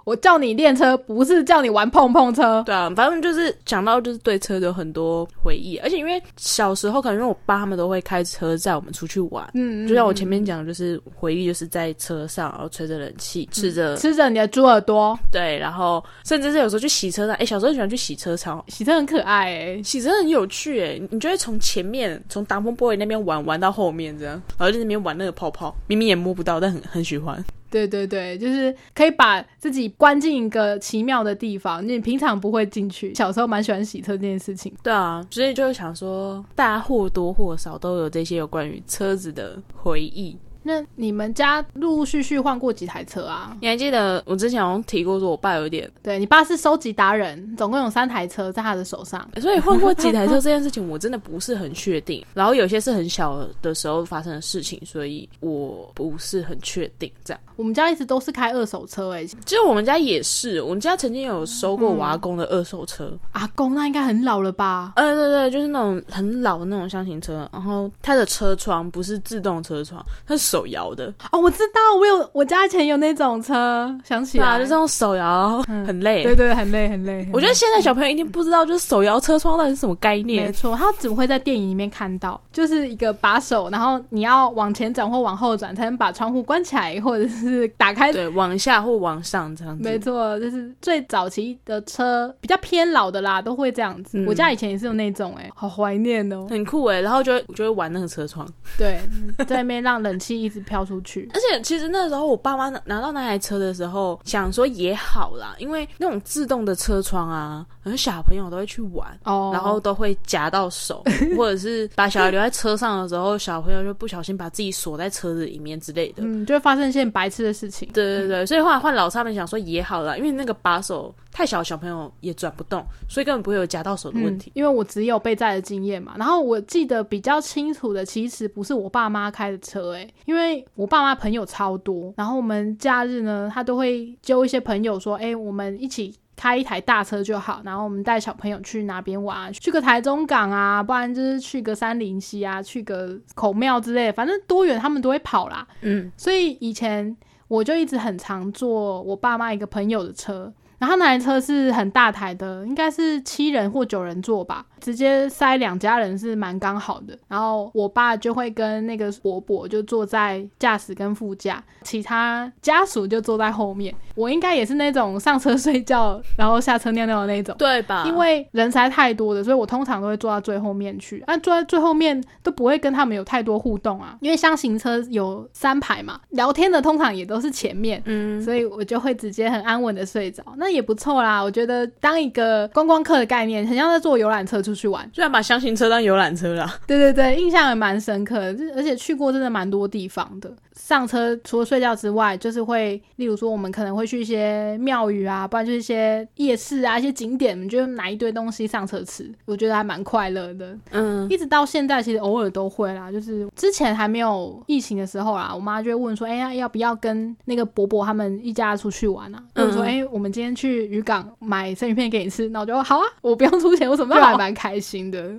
Speaker 2: 我叫你练车，不是叫你玩碰碰车。
Speaker 3: 对啊，反正就是讲到就是对车有很多回忆，而且因为小时候可能因为我爸他们都会开车载我们出去玩，
Speaker 2: 嗯，
Speaker 3: 就像我前面讲，就是回忆就是在车上，然后吹着冷气，吃着、
Speaker 2: 吃着你的猪耳朵，
Speaker 3: 对，然后甚至是有时候去洗车场，哎，小时候喜欢去洗车场。
Speaker 2: 洗车很可爱欸诶、
Speaker 3: 洗车很有趣哎，你就会从前面从挡风玻璃那边玩玩到后面这样，然后就在那边玩那个泡泡，明明也摸不到，但很很喜欢。
Speaker 2: 对对对，就是可以把自己关进一个奇妙的地方，你平常不会进去。小时候蛮喜欢洗车这件事情。
Speaker 3: 对啊，所以就会想说，大家或多或少都有这些有关于车子的回忆。
Speaker 2: 那你们家陆陆续续换过几台车啊？
Speaker 3: 你还记得我之前好像提过，说我爸有点，
Speaker 2: 对你爸是收集达人，总共有三台车在他的手上。
Speaker 3: 所以换过几台车这件事情，我真的不是很确定。然后有些是很小的时候发生的事情，所以我不是很确定。这样，
Speaker 2: 我们家一直都是开二手车欸诶、
Speaker 3: 其实我们家也是，我们家曾经有收过我阿公的二手车，
Speaker 2: 阿公那应该很老了吧？
Speaker 3: 嗯、对对，就是那种很老的那种箱型车，然后它的车窗不是自动车窗，它是手摇的，
Speaker 2: 哦，我知道，我有我家以前有那种车，想起
Speaker 3: 对
Speaker 2: 来，嗯
Speaker 3: 啊，就是那种手摇，很累。
Speaker 2: 对对，很累很累。
Speaker 3: 我觉得现在小朋友一定不知道，就是手摇车窗到底是什么概
Speaker 2: 没
Speaker 3: 念。
Speaker 2: 错，他只会在电影里面看到，就是一个把手，然后你要往前转或往后转，才能把窗户关起来，或者是打开。
Speaker 3: 对，嗯往下或往上这样子。
Speaker 2: 没错，就是最早期的车比较偏老的啦，都会这样子。
Speaker 3: 嗯
Speaker 2: 我家以前也是有那种、哎，好怀念哦。
Speaker 3: 很酷诶，然后就会就会玩那个车窗，
Speaker 2: 对，在那边让冷气一直飘出去。
Speaker 3: 而且其实那时候我爸妈拿拿到那台车的时候，想说也好啦，因为那种自动的车窗啊，很多小朋友都会去玩，
Speaker 2: 哦，
Speaker 3: 然后呃都会夹到手，或者是把小孩留在车上的时候，小朋友就不小心把自己锁在车子里面之类的。
Speaker 2: 嗯，就会发生一些很白痴的事情。
Speaker 3: 对对对，所以后来换老师他们想说也好啦，因为那个把手太小，小朋友也转不动，所以根本不会有夹到手的问题。
Speaker 2: 嗯，因为我只有被载的经验嘛。然后我记得比较清楚的，其实不是我爸妈开的车、欸，因为我爸妈朋友超多，然后我们假日呢，他都会揪一些朋友说，哎、我们一起。开一台大车就好，然后我们带小朋友去哪边玩啊，去个台中港啊，不然就是去个三林溪啊，去个孔庙之类的，反正多远他们都会跑啦。
Speaker 3: 嗯，
Speaker 2: 所以以前我就一直很常坐我爸妈一个朋友的车，然后那台车是很大台的，应该是七人或九人座吧，直接塞两家人是蛮刚好的。然后我爸就会跟那个伯伯就坐在驾驶跟副驾，其他家属就坐在后面。我应该也是那种上车睡觉，然后下车尿尿的那种。
Speaker 3: 对吧
Speaker 2: 因为人实在太多了，所以我通常都会坐到最后面去。啊，坐在最后面都不会跟他们有太多互动啊，因为箱型车有三排嘛，聊天的通常也都是前面。
Speaker 3: 嗯，
Speaker 2: 所以我就会直接很安稳的睡着，那也不错啦。我觉得当一个观光客的概念，很像在坐游览车出去玩。
Speaker 3: 居然把箱型车当游览车啦。
Speaker 2: 对对对，印象也蛮深刻的，就是而且去过真的蛮多地方的。上车除了睡觉之外，就是会，例如说我们可能会去一些庙宇啊，不然就是一些夜市啊、一些景点，我们就拿一堆东西上车吃，我觉得还蛮快乐的。
Speaker 3: 嗯，
Speaker 2: 一直到现在，其实偶尔都会啦，就是之前还没有疫情的时候啦，我妈就会问说，哎、呀，要不要跟那个伯伯他们一家出去玩啊？
Speaker 3: 嗯
Speaker 2: 或者说，哎、我们今天去渔港买生鱼片给你吃，那我就说好啊，我不用出钱，我什么都
Speaker 3: 啊
Speaker 2: 还蛮开心的。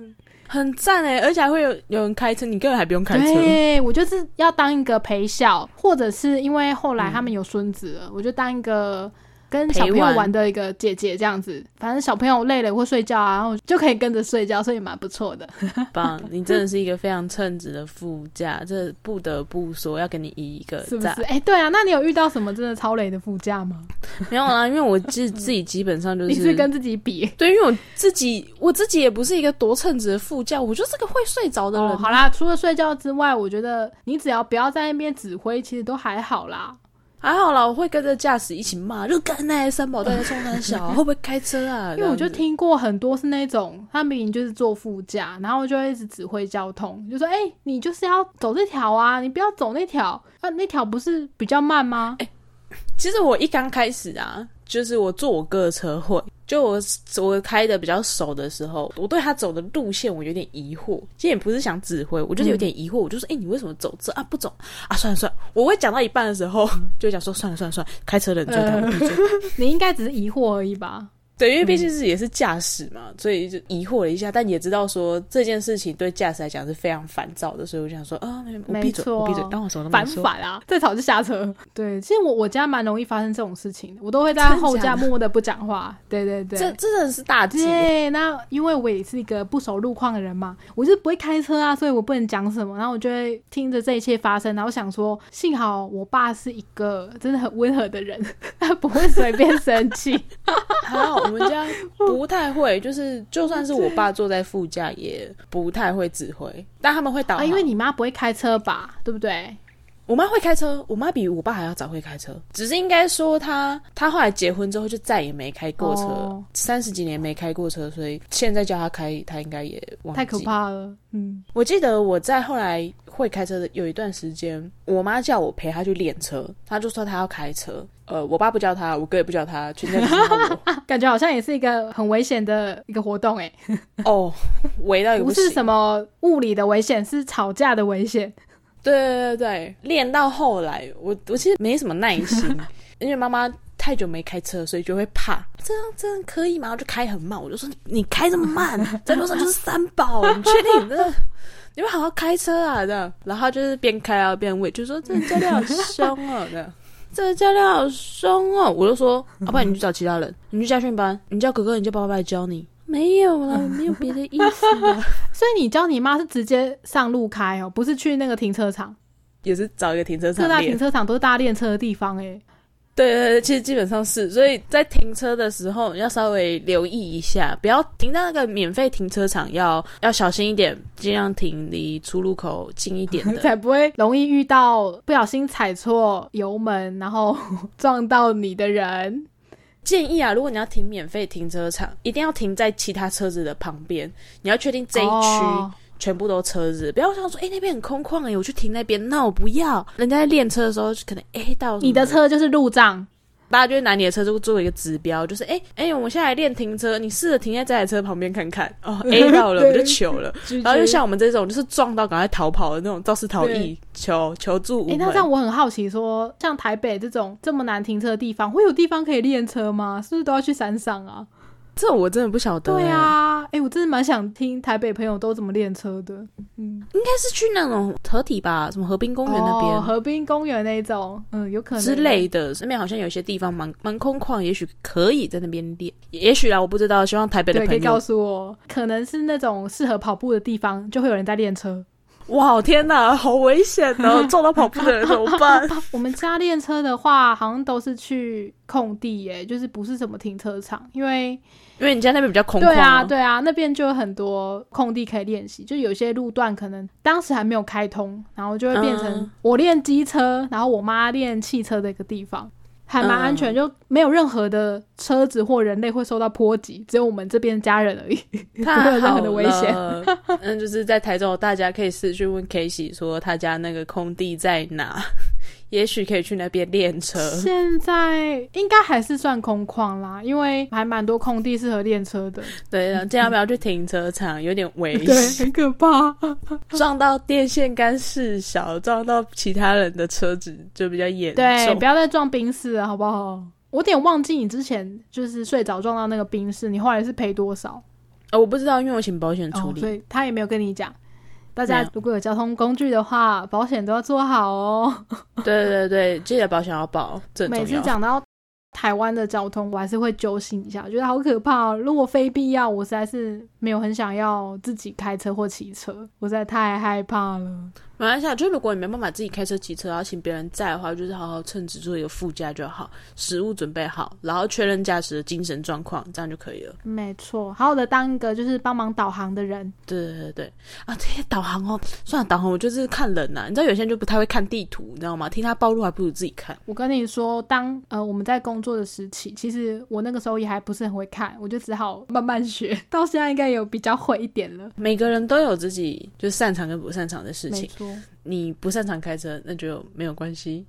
Speaker 3: 很赞哎，而且还会有有人开车，你根本还不用开车。
Speaker 2: 对，我就是要当一个陪笑，或者是因为后
Speaker 3: 嗯
Speaker 2: 来他们有孙子了，我就当一个。跟小朋友
Speaker 3: 陪玩
Speaker 2: 玩的一个姐姐这样子，反正小朋友累了或睡觉啊，然后就可以跟着睡觉，所以蛮不 错的。
Speaker 3: 棒，你真的是一个非常称职的副驾，这不得不说要给你一个
Speaker 2: 是不是
Speaker 3: 赞。？
Speaker 2: 哎、对啊，那你有遇到什么真的超累的副驾吗？
Speaker 3: 没有啦，因为我自自己基本上就
Speaker 2: 你
Speaker 3: 是
Speaker 2: 是跟自己比？
Speaker 3: 对，因为我自己我自己也不是一个多称职的副驾，我 就是个会睡着的人。
Speaker 2: 哦，好啦，除了睡觉之外，我觉得你只要不要在那边指挥，其实都还好啦。
Speaker 3: 还好啦，我会跟着驾驶一起骂，就干那三宝带的冲山 小啊，会不会开车啊？
Speaker 2: 因为我就
Speaker 3: 这样子
Speaker 2: 听过很多是那种，他明明就是坐副驾，然后就会一直指挥交通，就说：“哎、你就是要走这条啊，你不要走那条啊，那条不是
Speaker 3: 哎
Speaker 2: 比较慢吗？”
Speaker 3: 其实我一刚开始啊，就是我坐我哥的车会，就我我开的比较熟的时候，我对他走的路线我有点疑惑，其实也不是想指挥，我就是有点疑惑，我就说，哎、你为什么走这啊？不走啊？算了算了，我会讲到一半的时候， 就会讲说算了算了算了，开车的人最大，
Speaker 2: 嗯
Speaker 3: 我闭嘴。
Speaker 2: 呃 你应该只是疑惑而已吧？
Speaker 3: 对，因为毕竟是也是驾驶嘛，所以就疑惑了一下，但也知道说这件事情对驾驶来讲是非常烦躁的，所以我就想说啊，没我
Speaker 2: 没
Speaker 3: 闭嘴，
Speaker 2: 错
Speaker 3: 我闭嘴，当我什么都
Speaker 2: 烦
Speaker 3: 没
Speaker 2: 不
Speaker 3: 说。
Speaker 2: 烦啊？再吵就下 车。对，其实我我家蛮容易发生这种事情的，我都会在后
Speaker 3: 真的假的
Speaker 2: 架默默的不讲话。对对对，
Speaker 3: 这真的是大忌。
Speaker 2: 对，那因为我也是一个不熟路况的人嘛，我就是不会开车啊，所以我不能讲什么。然后我就会听着这一切发生，然后想说，幸好我爸是一个真的很温和的人， 他不会随便生气。
Speaker 3: 还好 我们家不太会，就是就算是我爸坐在副驾，也不太会指挥，但他们会导
Speaker 2: 啊，
Speaker 3: 航。
Speaker 2: 因为你妈不会开车吧？对不对？
Speaker 3: 我妈会开车，我妈比我爸还要早会开车，只是应该说她她后来结婚之后就再也没开过车
Speaker 2: 哦，
Speaker 3: 三十、几年没开过车，所以现在叫她开，她应该也忘记。
Speaker 2: 太可怕了。嗯，
Speaker 3: 我记得我在后来会开车的有一段时间，我妈叫我陪她去练车，她就说她要开车。呃，我爸不叫她，我哥也不叫她，全家只剩 下
Speaker 2: 感觉好像也是一个很危险的一个活动、欸，
Speaker 3: 我。哦，围到一个
Speaker 2: 不
Speaker 3: 行
Speaker 2: 是什么物理的危险，是吵架的危险。
Speaker 3: 对对对对，练到后来，我我其实没什么耐 心，因为妈妈太久没开车，所以就会怕。这样这样可以吗？我就开很慢，我就说你开这么慢， 在路上就是三宝，你确定你这？你们好好开车啊，这样，然后就是边开啊边喂，就说这个教练好凶哦，这样，这个教练好凶哦，我就说，要、不然你去找其他人，你去家训班，你叫哥哥，你叫爸爸来教你，没有啦，我没有别的意思啊啦，
Speaker 2: 所以你教你妈是直接上路开哦，不是去那个停车场。
Speaker 3: 也是找一个停车场
Speaker 2: 各大
Speaker 3: 练
Speaker 2: 停车场都是大家练车的地方、欸，
Speaker 3: 对对对，其实基本上是，所以在停车的时候要稍微留意一下，不要停到那个免费停车场要，要小心一点，尽量停离出入口近一 点的。
Speaker 2: 才不会容易遇到不小心踩错油门，然后 撞到你的人。
Speaker 3: 建议啊，如果你要停免费停车场，一定要停在其他车子的旁边，你要确定这一区
Speaker 2: 哦
Speaker 3: 全部都车子，不要想说，哎、那边很空旷哎、我去停那边，那我不要。人家在练车的时候，就可能哎、诶到什么
Speaker 2: 你的车就是路障，
Speaker 3: 大家就会拿你的车作作为一个指标，就是哎哎、诶我们现在来练停车，你试着停在这台车旁边看看。 哦，A 到了我们就糗了，然后就像我们这种就是撞到赶快逃跑的那种肇事逃逸
Speaker 2: 对，
Speaker 3: 求求助无
Speaker 2: 哎、
Speaker 3: 门。
Speaker 2: 那这样我很好奇说像台北这种这么难停车的地方，会有地方可以练车吗？是不是都要去山上啊？
Speaker 3: 这我真的不晓得、
Speaker 2: 对
Speaker 3: 哎，
Speaker 2: 啊，哎、我真的蛮想听台北朋友都怎么练车的。嗯，
Speaker 3: 应该是去那种河体吧，什么河滨公园那边。
Speaker 2: 哦、河滨公园那一种，嗯，有可能
Speaker 3: 之类的，那边好像有些地方蛮蛮空旷，也许可以在那边练，也也许啦，我不知道。希望台北的
Speaker 2: 对，可以
Speaker 3: 朋
Speaker 2: 告
Speaker 3: 友，
Speaker 2: 诉我，可能是那种适合跑步的地方，就会有人在练车。
Speaker 3: 哇，天哪，好危险 哦！撞到跑步的人怎么 办？
Speaker 2: 我们家练车的话，好像都是去空地耶，就是不是什么停车场，因为
Speaker 3: 因为你家那边比较空旷、哦
Speaker 2: 对啊，对啊，那边就有很多空地可以练习，就有些路段可能当时还没有开通，然后就会变成
Speaker 3: 嗯
Speaker 2: 我练机车，然后我妈练汽车的一个地方。还蛮安全，
Speaker 3: 嗯
Speaker 2: 就没有任何的车子或人类会受到波及，只有我们这边家人 而已。
Speaker 3: 太
Speaker 2: 有任
Speaker 3: 好
Speaker 2: 何的危险
Speaker 3: 了。嗯，就是在台中，大家可以私去问 k a s e y 说他家那个空地在哪， 也许可以去那边练车。
Speaker 2: 现在应该还是算空旷啦，因为还蛮多空地适合练车的。
Speaker 3: 对，然后尽量不要去停车场，有点危
Speaker 2: 对，
Speaker 3: 险，
Speaker 2: 很可怕。
Speaker 3: 撞到电线杆事小，撞到其他人的车子就比较严
Speaker 2: 对，不
Speaker 3: 重。
Speaker 2: 要再撞冰室了，好不好？我有点忘记你之前就是睡着撞到那个冰室，你后来是赔多少？
Speaker 3: 哦，我不知道，因为我请保险处
Speaker 2: 哦，
Speaker 3: 理。
Speaker 2: 所以他也没有跟你讲。大
Speaker 3: 没
Speaker 2: 家
Speaker 3: 有
Speaker 2: 如果有交通工具的话，保险都要做好哦。
Speaker 3: 对对对，记得保险要保，这很
Speaker 2: 每
Speaker 3: 重
Speaker 2: 次
Speaker 3: 要。
Speaker 2: 讲到台湾的交通，我还是会揪心一下，觉得好可怕、哦。如果非必要，我实在是没有很想要自己开车或骑车，我实在太害怕了。
Speaker 3: 马来西亚，就如果你没办法自己开车、骑车，然后请别人载的话，就是好好称职做一个副驾就好，食物准备好，然后确认驾驶的精神状况，这样就可以了。
Speaker 2: 没错，好好的当一个就是帮忙导航的人，
Speaker 3: 对对对对，啊，这些导航哦，算了，导航我就是看人呐、你知道有些人就不太会看地图，你知道吗？听他暴露还不如自己看。
Speaker 2: 我跟你说，当呃我们在工作的时期，其实我那个时候也还不是很会看，我就只好慢慢学， 到现在应该有比较会一点了。
Speaker 3: 每个人都有自己就是擅长跟不擅长的事
Speaker 2: 没
Speaker 3: 情，
Speaker 2: 错，
Speaker 3: 你不擅长开车，那就没有关系。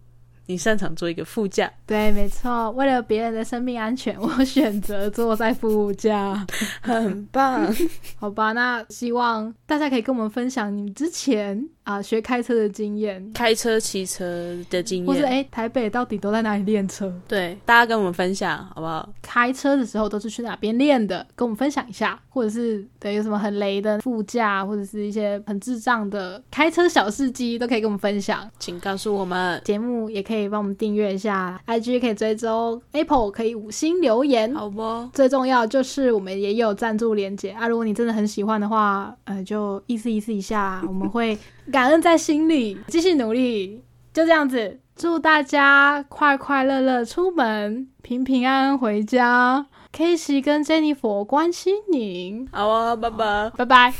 Speaker 3: 你擅长做一个副驾。
Speaker 2: 对，没错，为了别人的生命安全， 我选择坐在副驾。
Speaker 3: 很棒，
Speaker 2: 好吧，那希望大家可以跟我们分享你们之前啊、学开车的经验，
Speaker 3: 开车、骑车的经
Speaker 2: 或是
Speaker 3: 验，
Speaker 2: 诶，台北到底都在哪里练车？
Speaker 3: 对大家跟我们分享好不好？
Speaker 2: 开车的时候都是去哪边练的？跟我们分享一下，或者是对有什么很雷的副驾，或者是一些很智障的开车小事迹，都可以跟我们分享。
Speaker 3: 请告诉我们。
Speaker 2: 节目也可以帮我们订阅一下，IG 可以追踪，Apple 可以五星留言。
Speaker 3: 好不？
Speaker 2: 最重要就是我们也有赞助连结啊，如果你真的很喜欢的话，呃，就意思意思一下，我们会感恩在心里，继续努力，就这样子。祝大家快快乐乐出门，平平安安回家。K 西跟 Jennifer 关心您，
Speaker 3: 好啊，拜拜。
Speaker 2: 拜拜。